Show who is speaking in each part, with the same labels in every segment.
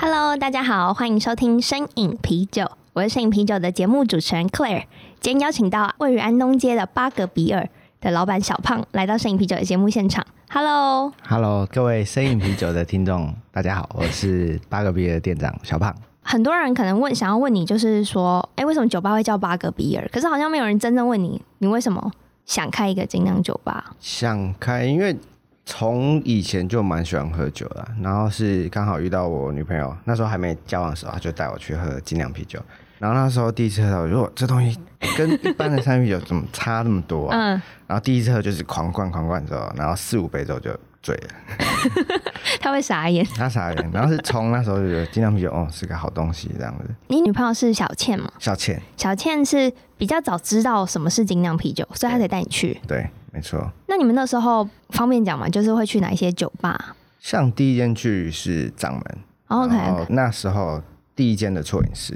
Speaker 1: Hello，大家好，欢迎收听《深饮啤酒》，我是深饮啤酒的节目主持人 Claire。今天邀请到位于安东街的巴格比尔的老板小胖来到《深饮啤酒》的节目现场。Hello，
Speaker 2: Hello，各位生饮啤酒的听众， 大家好，我是八个 B 的店长小胖。
Speaker 1: 很多人可能问，想要问你，就是说，哎，为什么酒吧会叫巴格比尔？可是好像没有人真正问你，你为什么想开一个精酿酒吧？
Speaker 2: 想开，因为从以前就蛮喜欢喝酒的，然后是刚好遇到我女朋友，那时候还没交往的时候，她就带我去喝精酿啤酒。然后那时候第一次喝到，我就说这东西哎跟一般的三啤酒怎么差那么多啊？
Speaker 1: 嗯，
Speaker 2: 然后第一次喝就是狂灌狂灌之后，然后四五杯之后就醉了，
Speaker 1: 他会傻眼。
Speaker 2: 他傻眼。然后是从那时候就觉得精酿啤酒哦是个好东西这样子。
Speaker 1: 你女朋友是小倩嘛？
Speaker 2: 小倩，
Speaker 1: 小倩是比较早知道什么是精酿啤酒，所以她才带你去。
Speaker 2: 对，没错。
Speaker 1: 那你们那时候方便讲吗？就是会去哪一些酒吧哦
Speaker 2: 像第一间去是掌门
Speaker 1: ？OK，,
Speaker 2: 然后哦那时候第一间的错饮师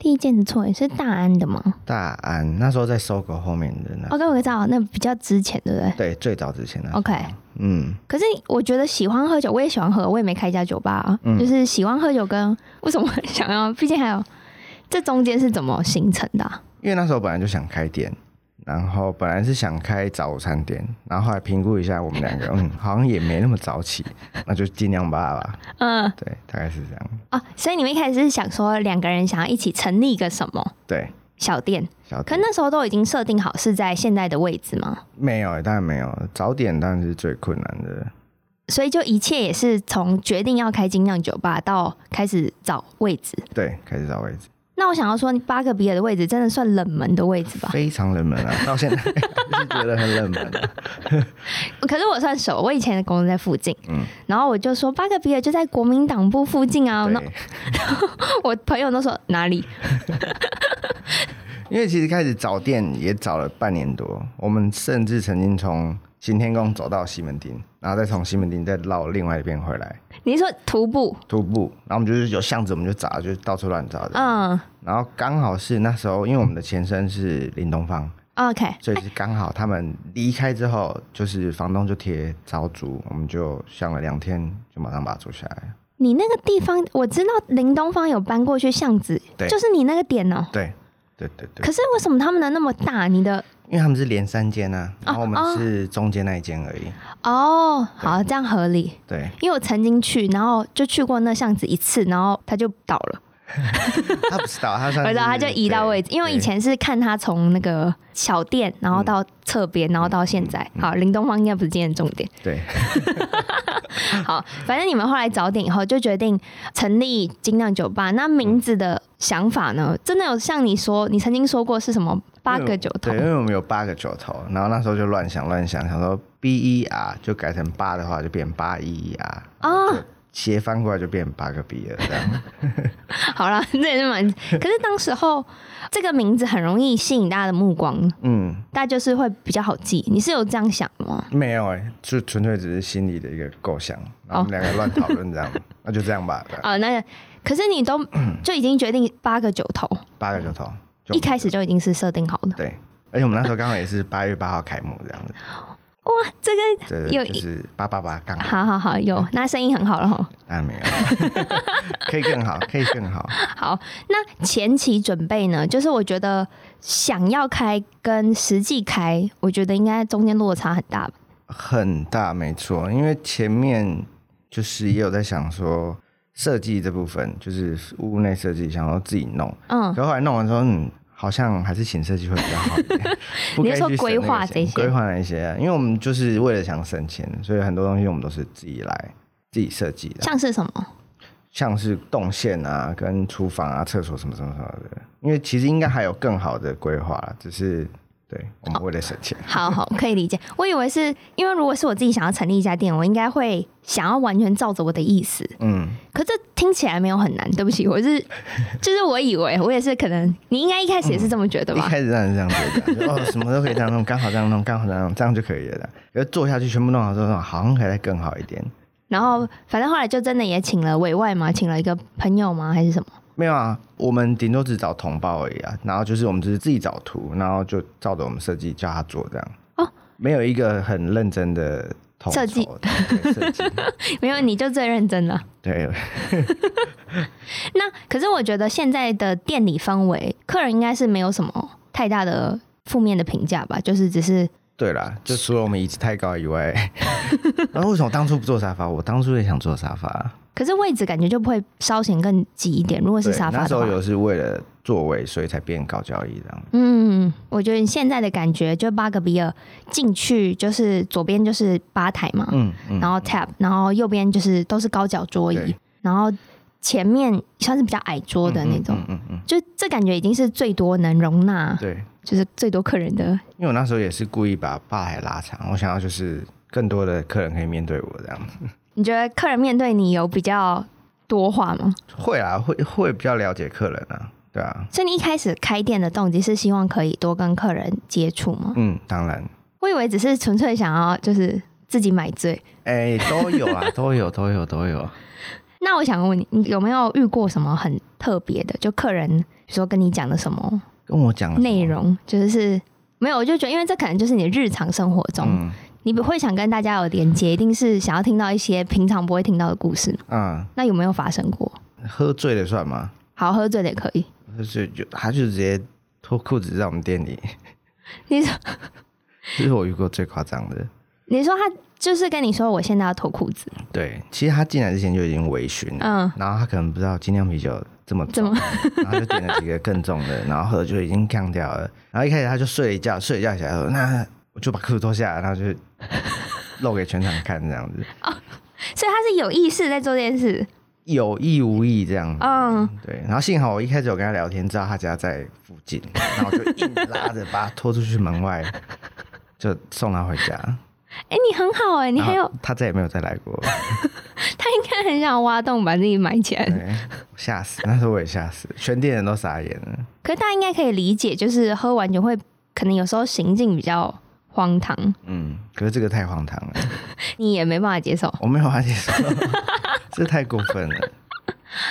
Speaker 1: 第一件错也是大安的吗？哦
Speaker 2: 大安，那时候在搜狗后面的那，
Speaker 1: OK，我知道，那比较之前，对不对
Speaker 2: 对，最早之前那，
Speaker 1: ？OK，
Speaker 2: 嗯，
Speaker 1: 可是我觉得喜欢喝酒，我也喜欢喝，我也没开一家酒吧、啊，就是喜欢喝酒跟为什么会想要，毕竟还有这中间是怎么形成的啊、
Speaker 2: 因为那时候本来就想开店，然后本来是想开早餐店，然后后来评估一下我们 两个，嗯，好像也没那么早起，那就尽量吧吧，
Speaker 1: 嗯
Speaker 2: 对，大概是这样，
Speaker 1: 啊，所以你们一开始是想说两个人想要一起成立一个什么
Speaker 2: 对，
Speaker 1: 小店，
Speaker 2: 小
Speaker 1: 可那时候都已经设定好是在现在的位置吗？
Speaker 2: 没有，当然没有，早点当然是最困难的，
Speaker 1: 所以就一切也是从决定要开精酿酒吧到开始找位置。
Speaker 2: 对，开始找位置，
Speaker 1: 那我想要说，巴克比尔的位置真的算冷门的位置吧？
Speaker 2: 非常冷门啊，到现在就是觉得很冷 门、啊，
Speaker 1: 可是我算熟，我以前的公司在附近，
Speaker 2: 嗯
Speaker 1: 然后我就说巴克比尔就在国民党部附近啊。那
Speaker 2: 对。
Speaker 1: 我朋友都说哪里？
Speaker 2: 因为其实开始找店也找了半年多，我们甚至曾经从行天宫走到西门町，然后再从西门町再绕另外一边回来
Speaker 1: 你是说徒步？
Speaker 2: 徒步，然后我们就是有巷子我们就找，就到处乱找的。
Speaker 1: 嗯
Speaker 2: 然后刚好是那时候，因为我们的前身是林东方，
Speaker 1: 嗯，OK，
Speaker 2: 所以是刚好他们离开之后，就是房东就贴招租，我们就想了两天就马上把它租下来。
Speaker 1: 你那个地方我知道林东方有搬过去巷子，
Speaker 2: 对
Speaker 1: 就是你那个点哦、
Speaker 2: 对，对对对，
Speaker 1: 可是为什么他们的那么大？你的
Speaker 2: 因为他们是连三间啊，然后我
Speaker 1: 哦
Speaker 2: 们是中间那一间而已。
Speaker 1: 哦，好，这样合理。
Speaker 2: 对，
Speaker 1: 因为我曾经去，然后就去过那巷子一次，然后它就倒了，
Speaker 2: 他不知道，他
Speaker 1: 我
Speaker 2: 算
Speaker 1: 知道
Speaker 2: 是
Speaker 1: 它就移到
Speaker 2: 对
Speaker 1: 位置。因为
Speaker 2: 对
Speaker 1: 以前是看它从那个小店，然
Speaker 2: 嗯
Speaker 1: 后到侧边，然后到现在。好，林东方应该不是今天的重点。
Speaker 2: 对，
Speaker 1: 好，反正你们后来早点以后就决定成立精酿酒吧。那名字的想法
Speaker 2: 嗯
Speaker 1: 呢？真的有像你说，你曾经说过是什么 八个酒头
Speaker 2: 对，？因为我们有八个九头，然后那时候就乱想乱想，想说 B E R 就改成八的话，就变八 E R，
Speaker 1: 哦，
Speaker 2: 斜翻过来就变八个 B 了，这样。
Speaker 1: 好啦，这也是蛮……可是当时候这个名字很容易吸引大家的目光，
Speaker 2: 嗯，
Speaker 1: 大家就是会比较好记。你是有这样想的吗？
Speaker 2: 没有哎、就纯粹只是心里的一个构想，然后我们两个乱讨论 这样，那就这样吧，这样
Speaker 1: 啊、那可是你都
Speaker 2: 嗯
Speaker 1: 就已经决定八个九头，
Speaker 2: 八个九头。就
Speaker 1: 一开始就已经是设定好的。
Speaker 2: 对，而且我们那时候刚好也是八月八号开幕这样子，
Speaker 1: 哇，这个
Speaker 2: 对
Speaker 1: 有
Speaker 2: 对，就是八八八刚好，
Speaker 1: 好好好，
Speaker 2: 嗯
Speaker 1: 有那声音很好了吼。
Speaker 2: 当然没有， 可以更好，可以更好。
Speaker 1: 好，那前期准备呢？就是我觉得想要开跟实际开，我觉得应该中间落差很大吧。
Speaker 2: 很大，没错，因为前面就是也有在想说设计这部分，就是屋内设计，想要自己弄，
Speaker 1: 嗯，。
Speaker 2: 可后来弄完之后，嗯，好像还是请设计会比较好一点 不该去省
Speaker 1: 你是说规划
Speaker 2: 那个钱
Speaker 1: 这些
Speaker 2: 规划那些啊，因为我们就是为了想省钱，所以很多东西我们都是自己来自己设计的，
Speaker 1: 像是什么？
Speaker 2: 像是动线啊、跟厨房啊、厕所什么什么什么的。因为其实应该还有更好的规划啦，只是对，我
Speaker 1: 哦
Speaker 2: 们为了省钱，
Speaker 1: 好好，可以理解。我以为是因为如果是我自己想要成立一家店，我应该会想要完全照着我的意思。
Speaker 2: 嗯，
Speaker 1: 可这听起来没有很难，对不起，我是就是我以为我也是可能，你应该一开始也是这么觉得
Speaker 2: 一
Speaker 1: 吧？
Speaker 2: 开始让人这样觉得，就哦，什么都可以这样弄，刚好这样弄，刚好这样弄，这样就可以了啦。然后做下去，全部弄好之后，好像可以再更好一点。
Speaker 1: 然后反正后来就真的也请了委外嘛，请了一个朋友吗？还是什么？
Speaker 2: 没有啊，我们顶多只找同胞而已啊。然后就是我们只是自己找图，然后就照着我们设计叫他做这样。
Speaker 1: 哦，
Speaker 2: 没有一个很认真的统筹
Speaker 1: 设计
Speaker 2: 对设 计，
Speaker 1: 没有，你就最认真了。
Speaker 2: 对，
Speaker 1: 那可是我觉得现在的店里氛围，客人应该是没有什么太大的负面的评价吧，就是只是
Speaker 2: 对啦，就除了我们椅子太高以外， 然后为什么当初不做沙发？我当初也想做沙发，
Speaker 1: 可是位置感觉就不会稍显更挤一点。如果是
Speaker 2: 对，
Speaker 1: 沙发
Speaker 2: 那时
Speaker 1: 的
Speaker 2: 候
Speaker 1: 话，
Speaker 2: 有是为了座位，所以才变高交椅这样。
Speaker 1: 嗯，我觉得现在的感觉就巴格比尔进去就是左边就是吧台嘛，
Speaker 2: 嗯嗯，
Speaker 1: 然后 tab，然后右边就是都是高脚桌椅
Speaker 2: 对，
Speaker 1: 然后前面算是比较矮桌的那种，
Speaker 2: 嗯嗯嗯，
Speaker 1: 就这感觉已经是最多能容纳，
Speaker 2: 对，
Speaker 1: 就是最多客人的。
Speaker 2: 因为我那时候也是故意把吧台拉长，我想要就是更多的客人可以面对我这样。
Speaker 1: 你觉得客人面对你有比较多话吗？
Speaker 2: 会啊，会会比较了解客人啊，对啊，
Speaker 1: 所以你一开始开店的动机是希望可以多跟客人接触吗？
Speaker 2: 嗯，当然，
Speaker 1: 我以为只是纯粹想要就是自己买醉。
Speaker 2: 哎、都有啊，都有，都有，都有。
Speaker 1: 那我想问你，你有没有遇过什么很特别的？就客人比如说跟你讲的什么
Speaker 2: 跟我讲了什么
Speaker 1: 内，容，就是是没有？我就觉得，因为这可能就是你日常生活中，
Speaker 2: 嗯
Speaker 1: 你不会想跟大家有连接，一定是想要听到一些平常不会听到的故事嘛。
Speaker 2: 啊、
Speaker 1: 那有没有发生过？
Speaker 2: 喝醉了算吗？
Speaker 1: 好喝醉的也可以。
Speaker 2: 就是就他就直接脱裤子在我们店里，
Speaker 1: 你说，
Speaker 2: 这是我遇过最夸张的。
Speaker 1: 你说他就是跟你说我现在要脱裤子，
Speaker 2: 对，其实他进来之前就已经微醺了，
Speaker 1: 嗯，
Speaker 2: 然后他可能不知道精酿啤酒这么
Speaker 1: 怎
Speaker 2: 重，
Speaker 1: 么？
Speaker 2: 然后就点了几个更重的，然后喝就已经呛掉了。然后一开始他就睡了一觉，睡了一觉起来说：“那我就把裤子脱下来，然后就露给全场看这样子，
Speaker 1: 所以他是有意识在做这件事。
Speaker 2: 有意无意这样子。”
Speaker 1: 嗯，
Speaker 2: 对，然后幸好我一开始有跟他聊天，知道他家在附近，然后我就硬拉着把他拖出去门外，就送他回家。
Speaker 1: 哎、你很好哎、你还有
Speaker 2: 然后他再也没有再来过，
Speaker 1: 他应该很想挖洞把自己埋起来。
Speaker 2: 对，吓死！那时候我也吓死，全店人都傻眼了。
Speaker 1: 可是大家应该可以理解，就是喝完酒会可能有时候行径比较荒唐，
Speaker 2: 嗯，可是这个太荒唐了，
Speaker 1: 你也没办法接受。
Speaker 2: 我没有法接受， 这太过分了。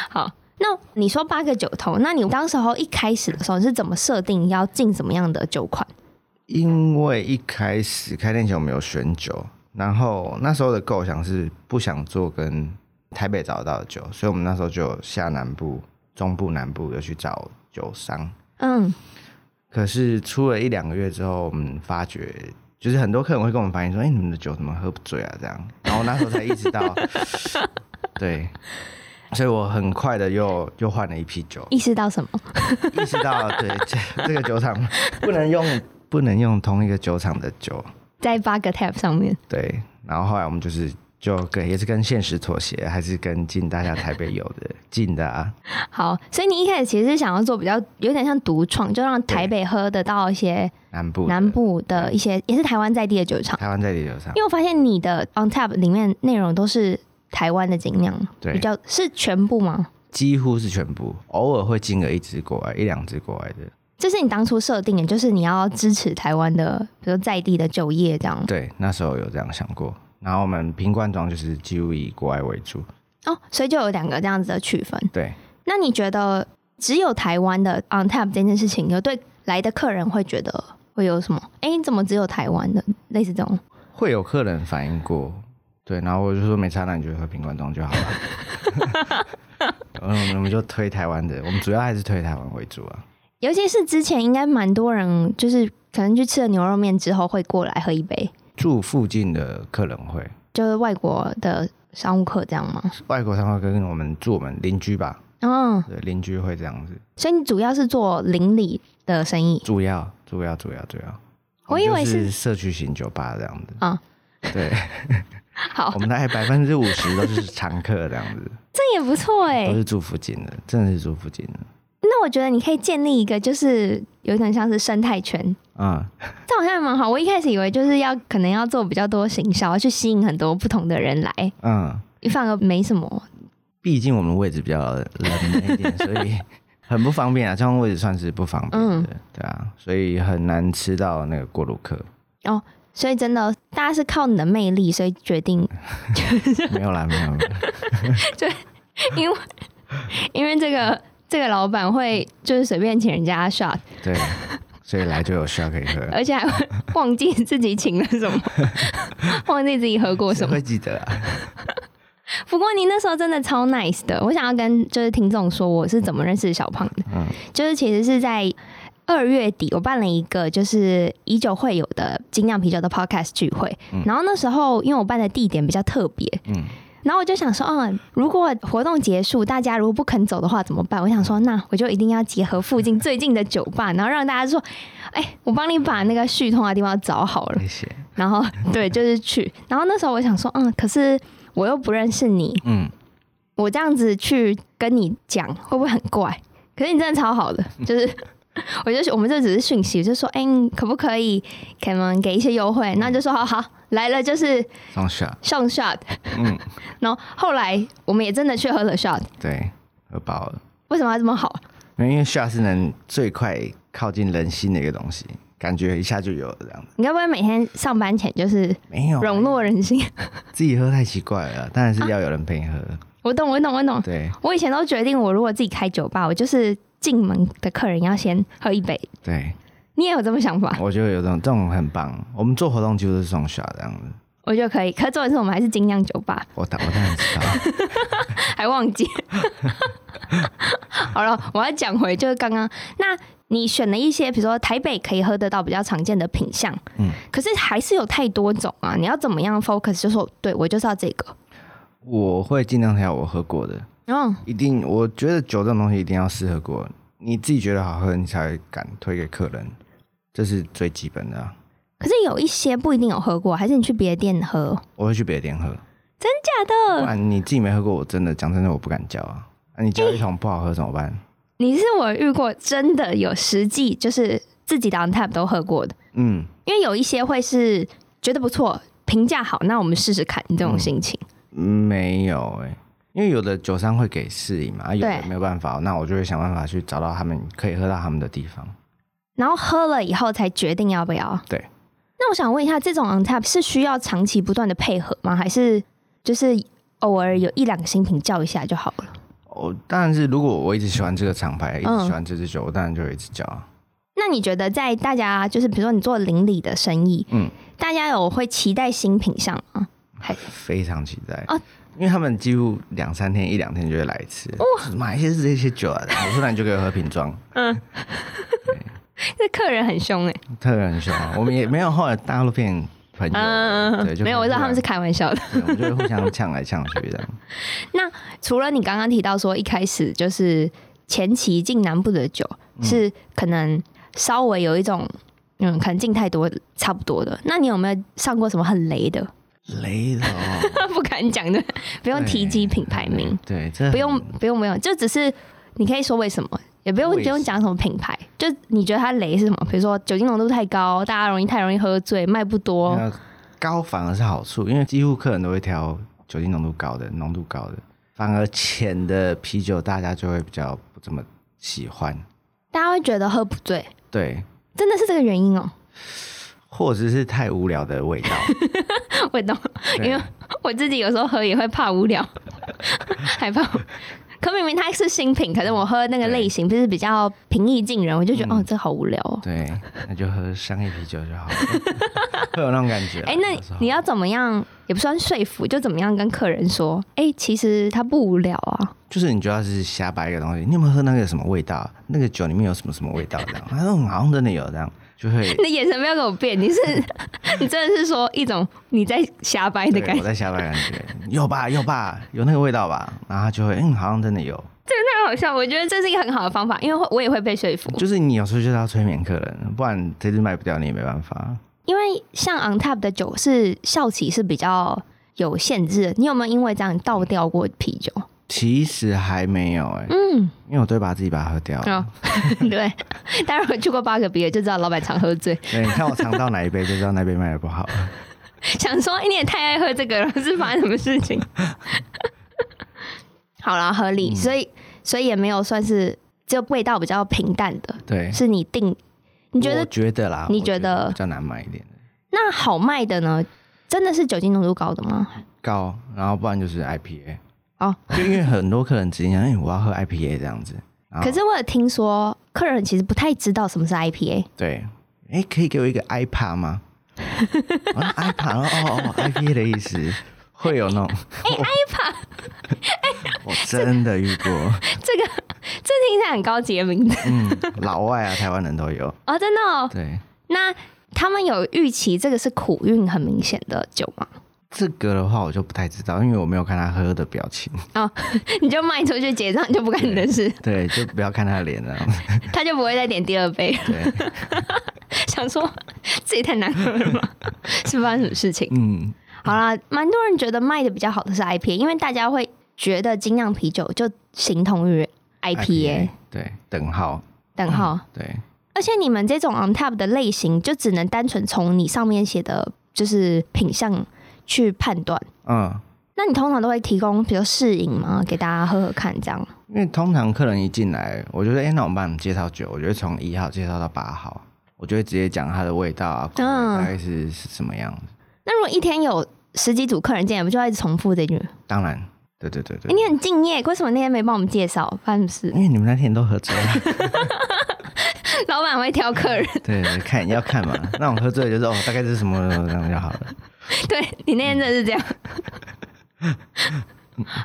Speaker 1: 好，那你说八个酒头，那你当时候一开始的时候是怎么设定要进什么样的酒款？
Speaker 2: 因为一开始开店前我们有选酒，然后那时候的构想是不想做跟台北找得到的酒，所以我们那时候就有下南部、中部、南部有去找酒商。
Speaker 1: 嗯，
Speaker 2: 可是出了一两个月之后，我们发觉就是很多客人会跟我们反映说：“哎、你们的酒怎么喝不醉啊？”这样，然后那时候才意识到，对，所以我很快的又又换了一批酒，
Speaker 1: 意识到什么？
Speaker 2: 意识到对这这个酒厂不能用不能用同一个酒厂的酒，
Speaker 1: 在八个 tab 上面，
Speaker 2: 对，然后后来我们就是。就跟也是跟现实妥协，还是跟近大家台北有的近的 啊，
Speaker 1: 好，所以你一开始其实是想要做比较有点像独创，就让台北喝得到一些
Speaker 2: 南部的
Speaker 1: 南部的一些也是台湾在地的酒厂。
Speaker 2: 台湾在地酒厂
Speaker 1: 因，为我发现你的 on tap 里面内容都是台湾的精酿，
Speaker 2: 对
Speaker 1: 比较是全部吗？
Speaker 2: 几乎是全部，偶尔会进个一支国外一两支国外的，
Speaker 1: 这是你当初设定的，就是你要支持台湾的，比如说在地的就业这样。
Speaker 2: 对，那时候有这样想过。然后我们瓶罐装就是几乎以国外为主，
Speaker 1: 哦，所以就有两个这样子的区分。
Speaker 2: 对，
Speaker 1: 那你觉得只有台湾的 on tap 这件事情，有对来的客人会觉得会有什么？哎，你怎么只有台湾的？类似这种，
Speaker 2: 会有客人反映过，对，然后我就说没差，那你就喝瓶罐装就好了。 嗯，我们就推台湾的，我们主要还是推台湾为主啊。
Speaker 1: 尤其是之前应该蛮多人就是可能去吃了牛肉面之后会过来喝一杯，
Speaker 2: 住附近的客人会，
Speaker 1: 就是外国的商务客这样吗？
Speaker 2: 外国商会跟我们住我们邻居吧，
Speaker 1: 嗯，
Speaker 2: 对，邻居会这样子，
Speaker 1: 所以你主要是做邻里的生意
Speaker 2: 主要主要主要主要。
Speaker 1: 我以为
Speaker 2: 们就是社区型酒吧这样子，
Speaker 1: 啊、
Speaker 2: 对，
Speaker 1: 好
Speaker 2: 我，们大概百分之五 十都是常客这样子，
Speaker 1: 这也不错哎、
Speaker 2: 都是住附近的，真的是住附近的。
Speaker 1: 那我觉得你可以建立一个，就是有点像是生态圈，
Speaker 2: 嗯，
Speaker 1: 这好像也蛮好。我一开始以为就是要可能要做比较多行销，去吸引很多不同的人来，
Speaker 2: 嗯，
Speaker 1: 反而没什么。
Speaker 2: 毕竟我们位置比较冷门 一点，所以很不方便啊。这样位置算是不方便的，
Speaker 1: 嗯
Speaker 2: 对啊，所以很难吃到那个过 路客。
Speaker 1: 所以真的，大家是靠你的魅力，所以决定，
Speaker 2: 没有啦，没有，没有
Speaker 1: 因为因为这个这个老板会就是随便请人家 shot，
Speaker 2: 对，所以来就有需要可以 喝，
Speaker 1: 而且还会忘记自己请了什么，忘记自己喝过什
Speaker 2: 谁
Speaker 1: 么
Speaker 2: 会。记得啊？
Speaker 1: 不过你那时候真的超 nice 的，我想要跟就是听众说我是怎么认识小胖的，
Speaker 2: 嗯
Speaker 1: 就是其实是在二月底我办了一个就是以酒会友的精酿啤酒的 podcast 聚会，然后那时候因为我办的地点比较特别，
Speaker 2: 嗯，
Speaker 1: 然后我就想说，嗯，如果活动结束，大家如果不肯走的话怎么办？我想说，那我就一定要结合附近最近的酒吧，然后让大家说，哎、我帮你把那个续通的地方找好了。
Speaker 2: 谢谢。
Speaker 1: 然后对，就是去。然后那时候我想说，嗯，可是我又不认识你，
Speaker 2: 嗯，
Speaker 1: 我这样子去跟你讲，会不会很怪？可是你真的超好的，就是我就我们这只是讯息，我就说，哎、你可不可以可能给一些优惠？然后就说，好好来了，就是
Speaker 2: 放下，
Speaker 1: 上 shot。
Speaker 2: 嗯，
Speaker 1: 然后后来我们也真的去喝了 shot。
Speaker 2: 对，喝饱了。
Speaker 1: 为什么要这么好？
Speaker 2: 没有因为下是能最快靠近人心的一个东西，感觉一下就有了这样子。
Speaker 1: 你该不会每天上班前就是
Speaker 2: 没有
Speaker 1: 笼络人心？
Speaker 2: 自己喝太奇怪了，当然是要有人陪你喝。
Speaker 1: 我懂，我懂，我懂。
Speaker 2: 对
Speaker 1: 我以前都决定，我如果自己开酒吧，我就是进门的客人要先喝一杯。
Speaker 2: 对，
Speaker 1: 你也有这么想法？
Speaker 2: 我觉得有这种这种很棒。我们做活动几乎都是送下这样子。
Speaker 1: 我觉得可以。可重点是我们还是精酿酒吧，
Speaker 2: 我当我当然知道，
Speaker 1: 还忘记。 好了，我要讲回就是刚刚，那你选了一些，比如说台北可以喝得到比较常见的品相，
Speaker 2: 嗯
Speaker 1: 可是还是有太多种啊。你要怎么样 focus？就说对我就是要这个。
Speaker 2: 我会尽量挑我喝过的，
Speaker 1: 嗯，
Speaker 2: 一定。我觉得酒这种东西一定要试喝过，你自己觉得好喝，你才敢推给客人，这是最基本的啊、
Speaker 1: 可是有一些不一定有喝过，还是你去别的店喝？
Speaker 2: 我会去别的店喝，
Speaker 1: 假
Speaker 2: 不
Speaker 1: 的？
Speaker 2: 然你自己没喝过，我真的讲真的我不敢叫啊。那、你叫一桶不好喝怎么办？
Speaker 1: 你是我遇过真的有实际就是自己的 on tap 都喝过的，
Speaker 2: 嗯，
Speaker 1: 因为有一些会是觉得不错，评价好，那我们试试看这种心情。
Speaker 2: 没有哎、因为有的酒商会给试饮嘛，啊有的
Speaker 1: 对
Speaker 2: 没有办法，那我就会想办法去找到他们可以喝到他们的地方。
Speaker 1: 然后喝了以后才决定要不要。
Speaker 2: 对。
Speaker 1: 那我想问一下，这种 on tap 是需要长期不断的配合吗？还是就是偶尔有一两个新品叫一下就好了？
Speaker 2: 哦，当然是如果我一直喜欢这个厂牌，一直
Speaker 1: 嗯
Speaker 2: 喜欢这支酒，我当然就会一直叫啊。
Speaker 1: 那你觉得在大家就是比如说你做邻里的生意，
Speaker 2: 嗯，
Speaker 1: 大家有会期待新品项吗？还
Speaker 2: 非常期待
Speaker 1: 哦
Speaker 2: 因为他们几乎两三天一两天就会来一次。买一些是这些酒啊，我说那你就给我喝瓶装，
Speaker 1: 这客人很凶哎、
Speaker 2: 特别很凶啊。我们也没有后来大陆片朋友，
Speaker 1: 啊
Speaker 2: 对，就
Speaker 1: 嗯没有，我知道他们是
Speaker 2: 互
Speaker 1: 开玩笑的。
Speaker 2: 相，对我们就会互相呛来呛去这样。
Speaker 1: 除了你刚刚提到说一开始就是前期进南部的酒、是可能稍微有一种嗯，可能进太多差不多的，那你有没有上过什么很雷的？
Speaker 2: 雷了哦，
Speaker 1: 不敢讲的，不用提及品牌名，
Speaker 2: 对，这
Speaker 1: 不用不用不用，就只是你可以说为什么，也不用
Speaker 2: 为
Speaker 1: 不
Speaker 2: 什么
Speaker 1: 用讲什么品牌，就你觉得它雷是什么？比如说酒精浓度太高，大家容易太容易喝醉，卖不多。
Speaker 2: 那高反而是好处，因为几乎客人都会挑酒精浓度高的、浓度高的，反而浅的啤酒大家就会比较不这么喜欢。
Speaker 1: 大家会觉得喝不醉，
Speaker 2: 对，
Speaker 1: 真的是这个原因哦、
Speaker 2: 或者是太无聊的味 道，
Speaker 1: 我懂，
Speaker 2: 对
Speaker 1: 因为我自己有时候喝也会怕无聊， 害怕。可明明它是新品，可是我喝那个类型就是比较平易近人，我就觉
Speaker 2: 嗯
Speaker 1: 得、哦，这好无聊哦。
Speaker 2: 对，那就喝商业啤酒就 好了，会有那种感觉啊。
Speaker 1: 哎、
Speaker 2: 有时
Speaker 1: 那
Speaker 2: 候
Speaker 1: 你要怎么样，也不算说服，就怎么样跟客人说，哎、其实它不无聊啊。
Speaker 2: 就是你就要是瞎掰一个东西，你有没有喝那个什么味道？啊那个酒里面有什么什么味道？这样，他说嗯好像真的有这样，就会
Speaker 1: 你的眼神不要给我变，你是 你真的是说一种你在瞎掰的
Speaker 2: 对
Speaker 1: 感
Speaker 2: 我
Speaker 1: 觉，
Speaker 2: 在瞎掰感觉， 有吧有吧，有那个味道吧，然后他就会嗯好像真的有，
Speaker 1: 太好笑。我觉得这是一个很好的方法，因为会我也会被说服。
Speaker 2: 就是你有时候就是要催眠客人，不然这支卖不掉你也没办法。
Speaker 1: 因为像 on tap 的酒是效期是比较有限制的，你有没有因为这样倒掉过啤酒？
Speaker 2: 其实还没有哎、
Speaker 1: 嗯，
Speaker 2: 因为我都会把自己把它喝掉了。
Speaker 1: 哦， 对，大家如果去过巴格比尔就知道老板常喝醉，
Speaker 2: 对，你看我尝到哪一杯就知道那杯卖的不好了。
Speaker 1: 想说、哎你也太爱喝这个了，是发生什么事情？ 好啦，合理，所以所以也没有算是就味道比较平淡的，
Speaker 2: 对，
Speaker 1: 是你定，你觉
Speaker 2: 我
Speaker 1: 得
Speaker 2: 觉得啦，
Speaker 1: 你
Speaker 2: 我
Speaker 1: 觉得
Speaker 2: 比较难买一点的
Speaker 1: 那好卖的呢？真的是酒精浓度高的吗？
Speaker 2: 高，然后不然就是 IPA。
Speaker 1: 哦，
Speaker 2: 就因为很多客人直接讲，哎，我要喝 IPA 这样子。然后
Speaker 1: 可是我有听说，客人其实不太知道什么是 IPA，
Speaker 2: 对，哎，可以给我一个 iPad 吗？我说 iPad 哦哦哦，IPA 的意思会有那种 iPad，我 真的遇过，
Speaker 1: 这个这听起来很高级的名字
Speaker 2: 嗯，老外啊，台湾人都有，
Speaker 1: 哦，真的哦。
Speaker 2: 对。
Speaker 1: 那他们有预期这个是苦运很明显的酒吗？
Speaker 2: 这个的话我就不太知道，因为我没有看他喝的表情，
Speaker 1: 哦， 你就卖出去结账就不干你的事，
Speaker 2: 对，就不要看他的脸了。
Speaker 1: 他就不会再点第二杯。
Speaker 2: 对，
Speaker 1: 想说自己太难喝了吧？ 是发生什么事情？
Speaker 2: 嗯，
Speaker 1: 好啦，蛮多人觉得卖的比较好的是 IPA，因为大家会觉得精酿啤酒就形同于 IPA
Speaker 2: 对，等号，
Speaker 1: 等号。
Speaker 2: 对，
Speaker 1: 而且你们这种 on top 的类型，就只能单纯从你上面写的就是品相去判断。
Speaker 2: 嗯，
Speaker 1: 那你通常都会提供，比如试饮嘛，给大家喝喝看，这样。
Speaker 2: 因为通常客人一进来，我觉得哎、诶那我们帮你介绍酒，我就会从一号介绍到八号，我就会直接讲它的味道啊，口味
Speaker 1: 嗯
Speaker 2: 大概是是什么样子。
Speaker 1: 那如果一天有十几组客人进来，不就要一直重复这句？哎
Speaker 2: 当然，对对对对，
Speaker 1: 你很敬业，为什么那天没帮我们介绍？发生什么
Speaker 2: 因为你们那天都喝醉了，
Speaker 1: 事？ 老板会挑客人，
Speaker 2: 对，对看要看嘛，那我喝醉就是哦，大概是什么这样就好了。
Speaker 1: 对你那天真的是这样。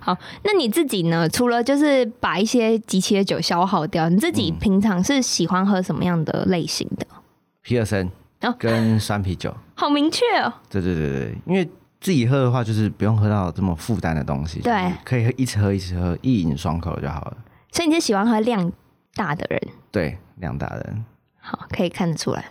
Speaker 1: 好，那你自己呢？除了就是把一些集齐的酒消耗掉，你自己平常是喜欢喝什么样的类型的？
Speaker 2: 皮尔森
Speaker 1: 哦
Speaker 2: 跟酸啤酒，
Speaker 1: 好明确哦，
Speaker 2: 对对对对，因为自己喝的话，就是不用喝到这么负担的东西，
Speaker 1: 对，
Speaker 2: 可以一直喝一直喝，一饮爽口就好了。
Speaker 1: 所以你是喜欢喝量大的人，
Speaker 2: 对，两大人，
Speaker 1: 好，可以看得出来。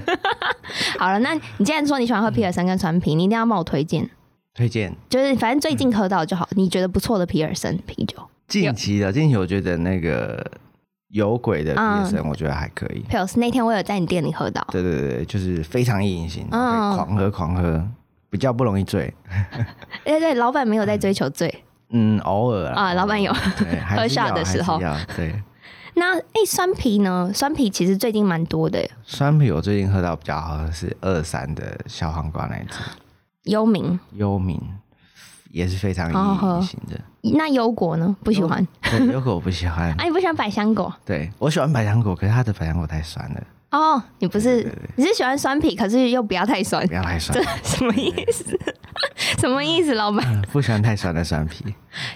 Speaker 1: 好了，那你既然说你喜欢喝皮尔森跟酸啤，你一定要帮我推荐，
Speaker 2: 推荐
Speaker 1: 就是反正最近喝到就好，你觉得不错的皮尔森啤酒
Speaker 2: 近期的近期，我觉得那个有鬼的皮
Speaker 1: 嗯
Speaker 2: 尔森，我觉得还可以。
Speaker 1: p i l s 那天我有在你店里喝到，
Speaker 2: 对对对，对就是非常易饮型，可
Speaker 1: 嗯
Speaker 2: 以狂喝狂喝，比较不容易醉。
Speaker 1: 对对，老板没有在追求醉。
Speaker 2: 嗯，偶尔啦
Speaker 1: 啊老板有
Speaker 2: 对，还是
Speaker 1: 喝下
Speaker 2: 要
Speaker 1: 的时候
Speaker 2: 还是要对。
Speaker 1: 那诶，酸啤呢？酸啤其实最近蛮多的耶，
Speaker 2: 酸啤我最近喝到比较好喝是二三的小黄瓜那一只，
Speaker 1: 幽冥。
Speaker 2: 幽冥也是非常
Speaker 1: 好好
Speaker 2: 易
Speaker 1: 喝
Speaker 2: 饮型的。
Speaker 1: 那幽果呢？不喜欢。
Speaker 2: 对，有果我不 喜欢
Speaker 1: 啊，。你不喜欢百香果
Speaker 2: 对我喜欢百香果，可是它的百香果太酸了，
Speaker 1: 哦？你不是，
Speaker 2: 对对对
Speaker 1: 你是喜欢酸啤，可是又不要太酸
Speaker 2: 不，要太酸
Speaker 1: 这，什么意思？什么意思，老板？
Speaker 2: 不喜欢太酸的酸啤。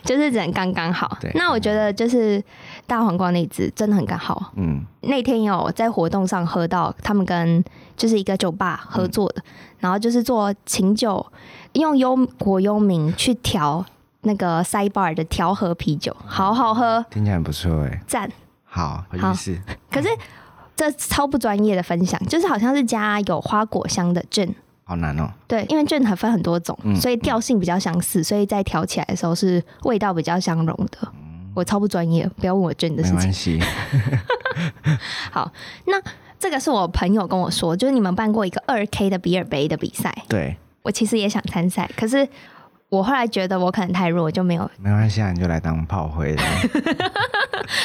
Speaker 1: 就是只能刚刚好
Speaker 2: 对。
Speaker 1: 那我觉得就是大黄瓜那一只真的很刚好。
Speaker 2: 嗯，
Speaker 1: 那天有在活动上喝到他们跟就是一个酒吧合作的，然后就是做琴酒，用幽果幽冥去调那个 side bar 的调和啤酒，好好喝，
Speaker 2: 听起来很不错哎、
Speaker 1: 赞。
Speaker 2: 好，回
Speaker 1: 好
Speaker 2: 去试。
Speaker 1: 可是这超不专业的分享，就是好像是加有花果香的菌。
Speaker 2: 好难哦、
Speaker 1: 对，因为菌还分很多种，
Speaker 2: 嗯
Speaker 1: 所以调性比较相似，所以在调起来的时候是味道比较相融的。我超不专业，不要问我菌的
Speaker 2: 嗯没
Speaker 1: 事情。
Speaker 2: 关 系。
Speaker 1: 这个是我朋友跟我说，就是你们办过一个二 K 的比尔杯的比赛，
Speaker 2: 对，
Speaker 1: 我其实也想参赛，可是我后来觉得我可能太弱，就 没有。
Speaker 2: 没关系，啊，你就来当炮 灰了。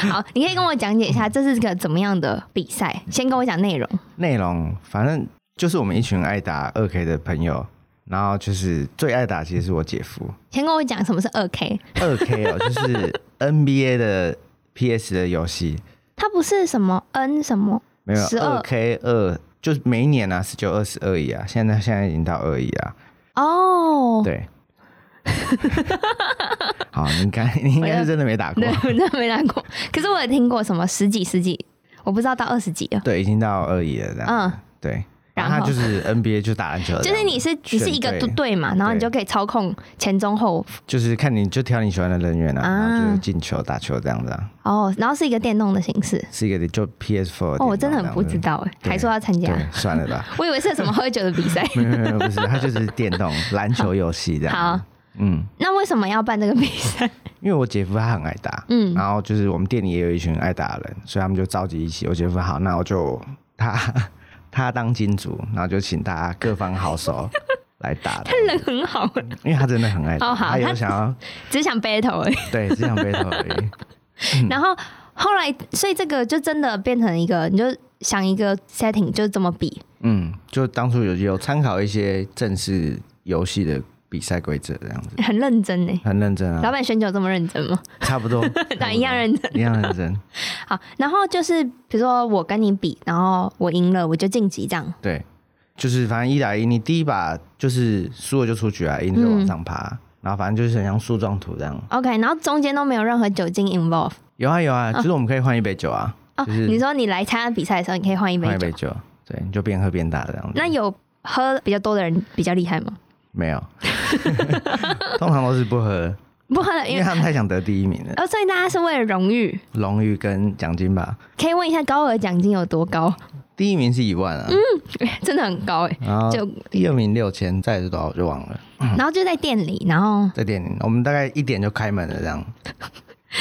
Speaker 1: 好，你可以跟我讲解一下这是个怎么样的比赛？先跟我讲内容。
Speaker 2: 内容反正就是我们一群爱打二 K 的朋友，然后就是最爱打其实是我姐夫。
Speaker 1: 先跟我讲什么是二 K，
Speaker 2: 二 K 哦，就是 NBA 的 PS 的游戏，
Speaker 1: 它不是什么 N 什么
Speaker 2: 没有
Speaker 1: 12
Speaker 2: 二 K 二，就是每一年啊，十九、二十、二亿啊，现在现在已经到二亿啊，
Speaker 1: 哦，
Speaker 2: 对。 好，你应该你应该是真的没打 过
Speaker 1: 对，，我真的没来过。可是我有听过什么十几十几，我不知道到二十几了。
Speaker 2: 对，已经到二亿了，这样，
Speaker 1: 嗯，
Speaker 2: 对。
Speaker 1: 然
Speaker 2: 然
Speaker 1: 后
Speaker 2: 后他就是 NBA 就打篮球的这
Speaker 1: 就
Speaker 2: 样，
Speaker 1: 是你是你是一个队
Speaker 2: 选队
Speaker 1: 队嘛，然后你
Speaker 2: 对
Speaker 1: 就可以操控前中后
Speaker 2: 就是看你就挑你喜欢的人员啊，
Speaker 1: 啊
Speaker 2: 然后就进球打球这样子啊，
Speaker 1: 哦，然后是一个电动的形式。
Speaker 2: 是一个就 PS4
Speaker 1: 哦，我真的很不知道哎，
Speaker 2: 对
Speaker 1: 还说要参
Speaker 2: 电
Speaker 1: 加
Speaker 2: 脑，这样子。对，算了吧，
Speaker 1: 我以为是什么喝酒的比赛。
Speaker 2: 没有没有没有不是，它就是电动篮球游戏这样。
Speaker 1: 好，
Speaker 2: 嗯，
Speaker 1: 那为什么要办这个比赛？
Speaker 2: 因为我姐夫他很爱打，
Speaker 1: 嗯
Speaker 2: 然后就是我们店里也有一群爱打的人，所以他们就召集一起。我姐夫好，那我就他 他当金主，然后就请大家各方好手来打 的，
Speaker 1: 人很好欸，
Speaker 2: 因为他真的很爱打，
Speaker 1: 哦好
Speaker 2: 他有
Speaker 1: 他
Speaker 2: 想要
Speaker 1: 只想 battle 而已。
Speaker 2: 对只想被投而已。嗯
Speaker 1: 然后后来，所以这个就真的变成一个，你就想一个 setting 就这么比。
Speaker 2: 嗯，就当初有有参考一些正式游戏的比赛规则这样子，
Speaker 1: 很认真呢、
Speaker 2: 很认真
Speaker 1: 老
Speaker 2: 啊，
Speaker 1: 板选酒这么认真吗？，
Speaker 2: 差不多
Speaker 1: 对，一样认真。
Speaker 2: 一样 认真，
Speaker 1: 好，然后就是比如说我跟你比，然后我赢了，我就晋级这样。
Speaker 2: 对，就是反正一打一，你第一把就是输了就出局啊，赢了就往上爬，
Speaker 1: 嗯
Speaker 2: 然后反正就是很像树状图这样。
Speaker 1: OK，然后中间都没有任何酒精 involve。
Speaker 2: 有啊有啊，就是我们可以换一杯酒啊，
Speaker 1: 哦，
Speaker 2: 就是嗯
Speaker 1: 你说你来参加比赛的时候，你可以换一杯
Speaker 2: 换一
Speaker 1: 酒
Speaker 2: 杯。酒，对，你就边喝边打这样子。
Speaker 1: 那有喝比较多的人比较厉害吗？
Speaker 2: 没有， 通常都是不喝，
Speaker 1: 不喝 的，因
Speaker 2: 因
Speaker 1: 为
Speaker 2: 为他们太想得第一名了，
Speaker 1: 哦，所以大家是为了荣誉。
Speaker 2: 荣誉跟奖金吧。
Speaker 1: 可以问一下高额奖金有多高？
Speaker 2: 第一名是一万啊，
Speaker 1: 真的很高哎、
Speaker 2: 然后
Speaker 1: 嗯就
Speaker 2: 第二名六千，再来是多少我就忘了。
Speaker 1: 然后就在店里，然后
Speaker 2: 在店里，我们大概一点就开门了，这样。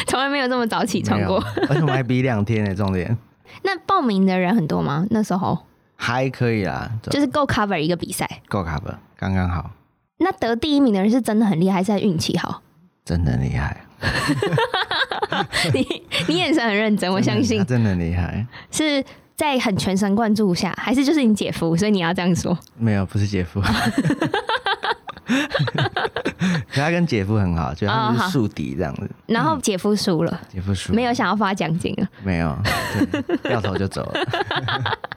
Speaker 1: 从来没有这么早起床过。
Speaker 2: 没有，而且我们还比两天呢，重点
Speaker 1: 那报名的人很多吗？那时候
Speaker 2: 还可以啦，就
Speaker 1: 就是够 cover 一个比赛。
Speaker 2: 够卡吧，刚刚好，
Speaker 1: 那得第一名的人是真的很厉害，还是在运气 好？
Speaker 2: 真的厉害。
Speaker 1: 你你眼神很认真，我相信
Speaker 2: 他真的厉害。
Speaker 1: 是在很全神贯注下，还是就是你姐夫，所以你要这样说。
Speaker 2: 没有，不是 姐夫。可他跟姐夫很好，就他们
Speaker 1: 哦好
Speaker 2: 是宿敌这样子。
Speaker 1: 然后姐夫输了，
Speaker 2: 姐夫嗯输，
Speaker 1: 没有想要发奖金了。
Speaker 2: 没有，对掉头就走了。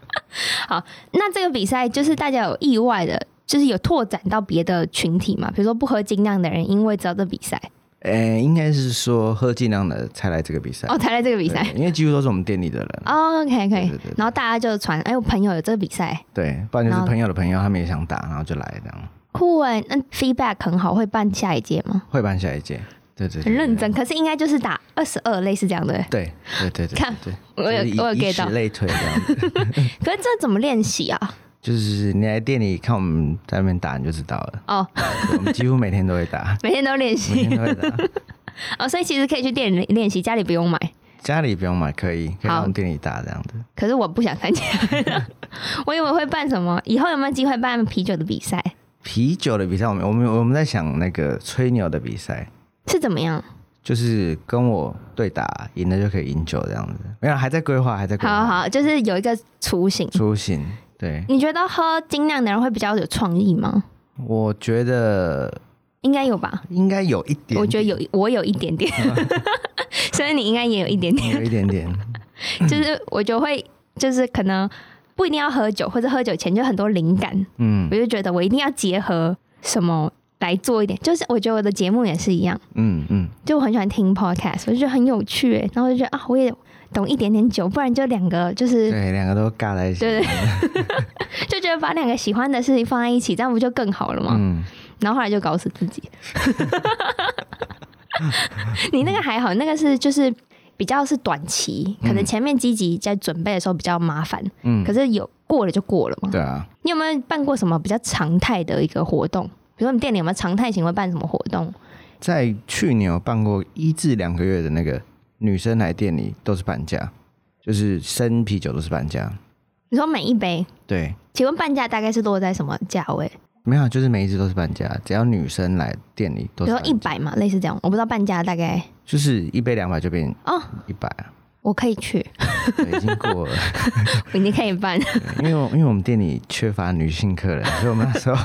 Speaker 1: 那这个比赛就是大家有意外的，就是有拓展到别的群体嘛，比如说不喝精酿的人，因为知道这比赛，
Speaker 2: 呃、应该是说喝尽量的才来这个比赛
Speaker 1: 哦，。才来这个比
Speaker 2: 比
Speaker 1: 赛。
Speaker 2: 因为几乎都是我们店里的人，
Speaker 1: 哦，OK，可
Speaker 2: 对
Speaker 1: 以
Speaker 2: 对对。
Speaker 1: 然后大家就传，哎，我朋友有这个比赛，
Speaker 2: 对，不然就
Speaker 1: 然
Speaker 2: 是
Speaker 1: 后
Speaker 2: 朋友的朋友，他们也想打，然后就来这样。
Speaker 1: 酷哎，那 feedback 很好，会办下一届吗？
Speaker 2: 会办下一届，对对对，
Speaker 1: 很认
Speaker 2: 对
Speaker 1: 真，可是应该就是打二十二，类似这样的。
Speaker 2: 对对对对，
Speaker 1: 看
Speaker 2: 对，
Speaker 1: 我有
Speaker 2: 就是以
Speaker 1: 我有
Speaker 2: 以
Speaker 1: get
Speaker 2: 此
Speaker 1: 到
Speaker 2: 类推这样子，
Speaker 1: 可是这怎么练习啊？
Speaker 2: 就是你来店里看我们在那边打，你就知道了。
Speaker 1: 哦， ，
Speaker 2: 对我们几乎每天都会打
Speaker 1: 每天都练
Speaker 2: 每天
Speaker 1: 习
Speaker 2: 都会打。
Speaker 1: 哦，所以其实可以去店里练习，家里不用买。
Speaker 2: 家里不用买，可以可以
Speaker 1: 好
Speaker 2: 到我们店里打这样子。
Speaker 1: 可是我不想参加， 我以为会办什么，以后有没有机会办啤酒的比赛？
Speaker 2: 啤酒的比赛，我们我们我们在想那个吹牛的比赛，
Speaker 1: 是怎么样？
Speaker 2: 就是跟我对打，赢了就可以饮酒这样子。没有，还在规划，还在规
Speaker 1: 好好
Speaker 2: 划。
Speaker 1: 好，就是有一个雏形。
Speaker 2: 出行，对，
Speaker 1: 你觉得喝精酿的人会比较有创意吗？
Speaker 2: 我觉得
Speaker 1: 应该有吧，
Speaker 2: 应该有一点，
Speaker 1: 我觉得有，我有一点点， 所以你应该也有一点点。
Speaker 2: 有一点点。嗯
Speaker 1: 就是我就会，就是可能不一定要喝酒，或者喝酒前就很多灵感，
Speaker 2: 嗯
Speaker 1: 我就觉得我一定要结合什么来做一点。就是我觉得我的节目也是一样，
Speaker 2: 嗯嗯，
Speaker 1: 就我很喜欢听 podcast，我就觉得很有趣、欸，然后我就觉得啊，我也懂一点点酒，不然就两个 就是
Speaker 2: 对，两个都尬在一起。
Speaker 1: 对对， 就觉得把两个喜欢的事情放在一起，这样不就更好了吗？
Speaker 2: 嗯，
Speaker 1: 然后后来就搞死自 己。你那个还好，那个是就是比较是短期，可能前面积极在准备的时候比较麻烦，
Speaker 2: 嗯
Speaker 1: 可是有过了就过了嘛。
Speaker 2: 对啊，
Speaker 1: 你有没有办过什么比较常态的一个活动？比如说你店里有没有常态型会办什么活动？
Speaker 2: 在去年有办过一至两个月的那个女生来店里都是半价，就是生啤酒都是半价。
Speaker 1: 你说每一杯，
Speaker 2: 对，
Speaker 1: 请问半价大概是落在什么价位？
Speaker 2: 没有，啊就是每一只都是半价，只要女生来店里
Speaker 1: 比
Speaker 2: 都
Speaker 1: 如说
Speaker 2: 是半价
Speaker 1: 一，百嘛，类似这样，我不知道半价大概
Speaker 2: 就是一杯两百就变
Speaker 1: 哦，
Speaker 2: 一百啊，
Speaker 1: 我可以去，
Speaker 2: 对，已经过了。
Speaker 1: 你可以办。
Speaker 2: 因为我因为我们店里缺乏女性客人，所以我们那时候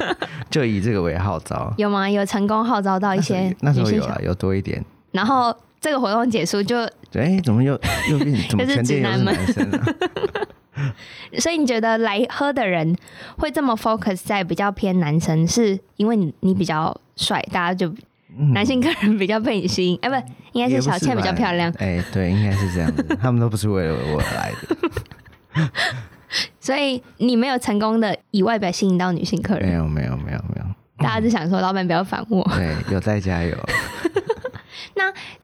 Speaker 2: 就以这个为号召。
Speaker 1: 有吗？ 有成功号召到一些
Speaker 2: 那时
Speaker 1: 女
Speaker 2: 候
Speaker 1: 性
Speaker 2: 有
Speaker 1: 小
Speaker 2: 啊，有多一点。
Speaker 1: 然后这个活动结束就，
Speaker 2: 哎，怎么又又变？怎么
Speaker 1: 又是
Speaker 2: 全店
Speaker 1: 直
Speaker 2: 又
Speaker 1: 男
Speaker 2: 是
Speaker 1: 们
Speaker 2: 男生啊？
Speaker 1: 所以你觉得来喝的人会这么 focus 在比较偏男生，是因为你你比较帅，大家就、
Speaker 2: 嗯
Speaker 1: 男性客人比较被你吸引，哎、不，应该
Speaker 2: 也
Speaker 1: 是
Speaker 2: 不
Speaker 1: 小倩比较
Speaker 2: 吧
Speaker 1: 漂亮，
Speaker 2: 哎、对，应该是这样子。他们都不是为了我而来 的，
Speaker 1: 所以你没有成功的以外表吸引到女性客
Speaker 2: 没
Speaker 1: 人，
Speaker 2: 有，没有，没有，没有。
Speaker 1: 大家就想说老板不要烦我。
Speaker 2: 对，有在加油。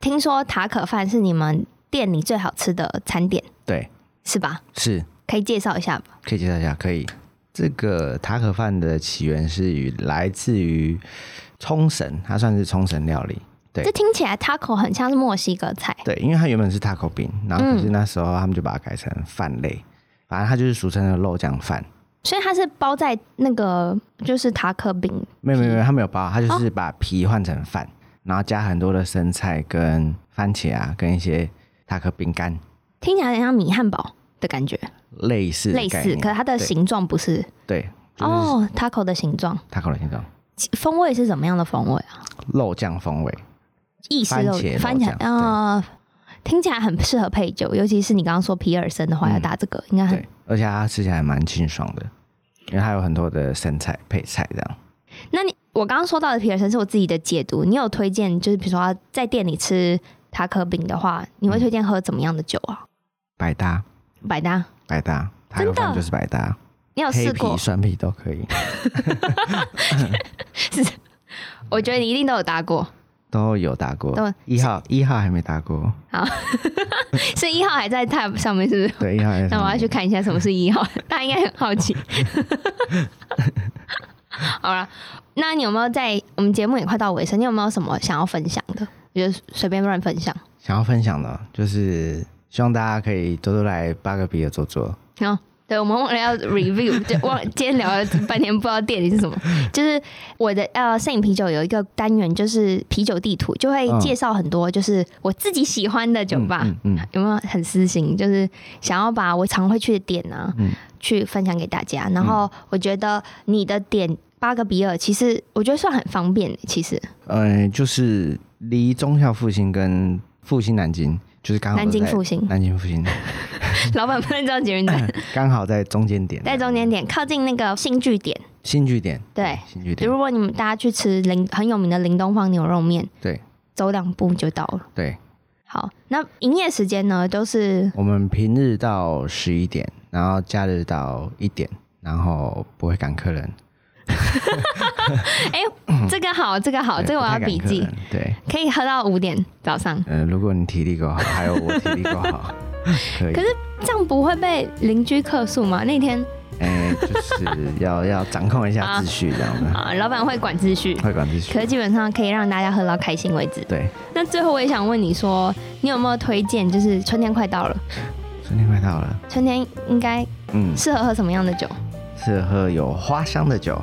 Speaker 1: 听说塔可饭是你们店里最好吃的餐点，
Speaker 2: 对，
Speaker 1: 是吧？
Speaker 2: 是
Speaker 1: 可以介绍一下吧？
Speaker 2: 可以介绍一下，可以。这个塔可饭的起源是于来自于冲绳，它算是冲绳料理。对
Speaker 1: 这听起来 taco 很像是墨西哥菜，
Speaker 2: 对，因为它原本是 taco 饼，然后
Speaker 1: 嗯
Speaker 2: 可是那时候他们就把它改成饭类，反正它就是俗称的肉酱饭。
Speaker 1: 所以它是包在那个就是塔可饼
Speaker 2: 没有没有没有，它没有包，
Speaker 1: 哦
Speaker 2: 它就是把皮换成饭，然后加很多的生菜跟番茄啊，跟一些塔可饼干
Speaker 1: 听起来很像米汉堡的感觉，
Speaker 2: 类似的
Speaker 1: 类
Speaker 2: 概
Speaker 1: 似，
Speaker 2: 念
Speaker 1: 可是它的
Speaker 2: 对
Speaker 1: 形状不是
Speaker 2: 对，就是
Speaker 1: 哦，taco 的形状，
Speaker 2: taco 的形状，
Speaker 1: 风味是怎么样的风味啊？
Speaker 2: 肉酱 风味。
Speaker 1: 意式肉
Speaker 2: 番茄肉
Speaker 1: 番茄
Speaker 2: 酱对
Speaker 1: 啊、听起来很适合配酒，尤其是你刚刚说皮尔森的话，要打这个应该很
Speaker 2: 对。，而且它吃起来蛮清爽的，因为它有很多的生菜配菜这样。
Speaker 1: 那你我刚刚说到的皮尔森是我自己的解读，你有推荐就是比如说要在店里吃塔可饼的话，你
Speaker 2: 嗯
Speaker 1: 会推荐喝怎么样的酒啊？
Speaker 2: 百搭，
Speaker 1: 百搭，
Speaker 2: 百搭，塔
Speaker 1: 真的
Speaker 2: 可饭就是百搭，
Speaker 1: 你有
Speaker 2: 黑
Speaker 1: 试
Speaker 2: 皮、
Speaker 1: 过？
Speaker 2: 酸皮都可以，
Speaker 1: 我觉得你一定都有搭过，
Speaker 2: 都有打过
Speaker 1: 都。
Speaker 2: 一号一号还没 打过，
Speaker 1: 是一号还在 tab 上面是不是？
Speaker 2: 对，一号还是
Speaker 1: 那我要去看一下什么是一 号，大家应该很好奇。好了，那你有没有在我们节目也快到尾声，你有没有什么想要分享的？我就随便乱分享。
Speaker 2: 想要分享的，就是希望大家可以多多来巴个比尔坐坐。
Speaker 1: 然后，哦对我们忘了要 review，就 忘今天聊了半天，不知道店里是 什么。就是我的呃，摄影啤酒有一个单元，就是啤酒地图，就会
Speaker 2: 嗯
Speaker 1: 介绍很多就是我自己喜欢的酒吧。
Speaker 2: 嗯嗯，嗯
Speaker 1: 有没有很私心？就是想要把我常会去的点呢、
Speaker 2: 嗯
Speaker 1: 去分享给大家。然后我觉得你的点八个比尔，其实我觉得算很方便。其 实
Speaker 2: 呃，就是离中校复兴跟复兴南京，就是刚好
Speaker 1: 南京
Speaker 2: 在
Speaker 1: 复兴
Speaker 2: 南京复兴
Speaker 1: 老板不能知道捷运 站，
Speaker 2: 刚好在中间点，
Speaker 1: 在中间点靠近那个新据点。
Speaker 2: 新据点，
Speaker 1: 对
Speaker 2: 新据点
Speaker 1: 如，果你们大家去吃林很有名的林东方牛肉面，
Speaker 2: 对
Speaker 1: 走两步就到了。
Speaker 2: 对。
Speaker 1: 好，那营业时间呢？都 是
Speaker 2: 我们平日到十一点，然后假日到一点，然后不会赶客人。
Speaker 1: 这个好，这个好，
Speaker 2: 对
Speaker 1: 哦这个我要笔。
Speaker 2: 不
Speaker 1: 记
Speaker 2: 太赶，客人对，
Speaker 1: 可以喝到五点早上，
Speaker 2: 呃，如果你体力够 好，还有我体 力够好，可以。
Speaker 1: 可是，这样不会被邻居客诉吗？那天
Speaker 2: 哎、就是要要掌控一下秩序，这样子，
Speaker 1: 啊，老板会管秩序，
Speaker 2: 会管秩序
Speaker 1: 可。是基本上可以让大家喝到开心为止。
Speaker 2: 对，
Speaker 1: 那最后我也想问你说，你有没有推荐？就是春天快到了，
Speaker 2: 春天快到了，
Speaker 1: 春天应该
Speaker 2: 嗯，
Speaker 1: 适合喝什么样的酒？
Speaker 2: 适合有花香的酒。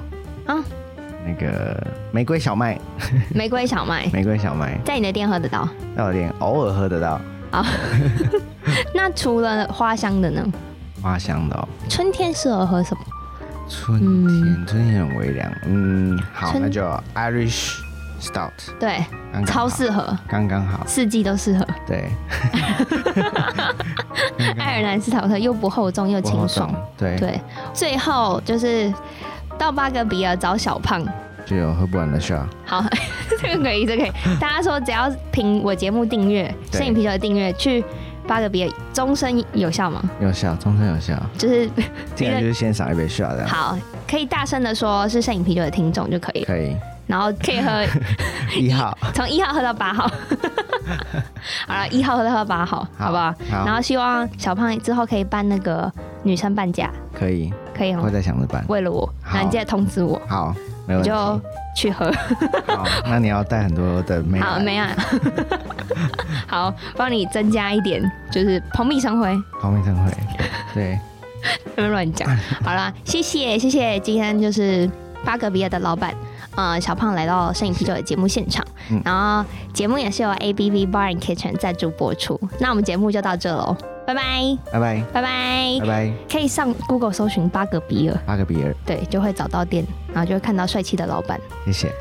Speaker 1: 啊，
Speaker 2: 那个玫瑰小麦，
Speaker 1: 玫瑰小麦，
Speaker 2: 玫瑰小麦，
Speaker 1: 在你的店喝得到。
Speaker 2: 那有点偶尔喝得到
Speaker 1: 那除了花香的呢？
Speaker 2: 花香的哦。
Speaker 1: 春天适合喝什么？
Speaker 2: 春天，春天很微凉。嗯，好，
Speaker 1: 春
Speaker 2: 那就 Irish Stout，
Speaker 1: 对，
Speaker 2: 刚刚好
Speaker 1: 超适合，
Speaker 2: 刚刚好。
Speaker 1: 四季都适合。
Speaker 2: 对，
Speaker 1: 爱尔兰斯陶特又不厚重又
Speaker 2: 我
Speaker 1: 清
Speaker 2: 懂
Speaker 1: 爽。。
Speaker 2: 对，
Speaker 1: 对，最后就是到巴格比尔找小胖。
Speaker 2: 就有喝不完的 shot。
Speaker 1: 好， 这个可以，这个可以。大家说只要凭我节目订阅《
Speaker 2: 对
Speaker 1: 摄影啤酒》的订阅去巴格比尔，终身有效吗？
Speaker 2: 有效，终身有效。
Speaker 1: 就是
Speaker 2: 进来就是先赏一杯 shot 这样。
Speaker 1: 好，可以大声的说是摄影啤酒的听众就可以了，
Speaker 2: 可以，
Speaker 1: 然后可以喝
Speaker 2: 一号。
Speaker 1: 从一号喝到八号。 好了，一号喝到八号， 好
Speaker 2: 好
Speaker 1: 不好？
Speaker 2: 好
Speaker 1: 然后希望小胖之后可以办那个女生半价，
Speaker 2: 可以，
Speaker 1: 可以
Speaker 2: 会
Speaker 1: 吗？
Speaker 2: 再想着办。
Speaker 1: 为了我，
Speaker 2: 好
Speaker 1: 那你记得通知我，
Speaker 2: 好，没
Speaker 1: 我
Speaker 2: 问题。
Speaker 1: 就去喝。
Speaker 2: 好，那你要带很多的妹。
Speaker 1: 好，没啊。 好，帮你增加一点，就是蓬荜生辉，
Speaker 2: 黄明生会。对，
Speaker 1: 不要乱
Speaker 2: 哎
Speaker 1: 讲。好啦，谢谢谢谢，今天就是巴格比尔的老板，呃，小胖来到摄影啤酒的节目现场，
Speaker 2: 嗯
Speaker 1: 然后节目也是由 A B V Bar and Kitchen 赞助播出。那我们节目就到这喽，拜拜
Speaker 2: 拜拜，
Speaker 1: 拜拜
Speaker 2: 拜，拜，
Speaker 1: 可以上 Google 搜寻巴格比尔，
Speaker 2: 巴克比尔，
Speaker 1: 对，就会找到店，然后就会看到帅气的老板。
Speaker 2: 谢谢。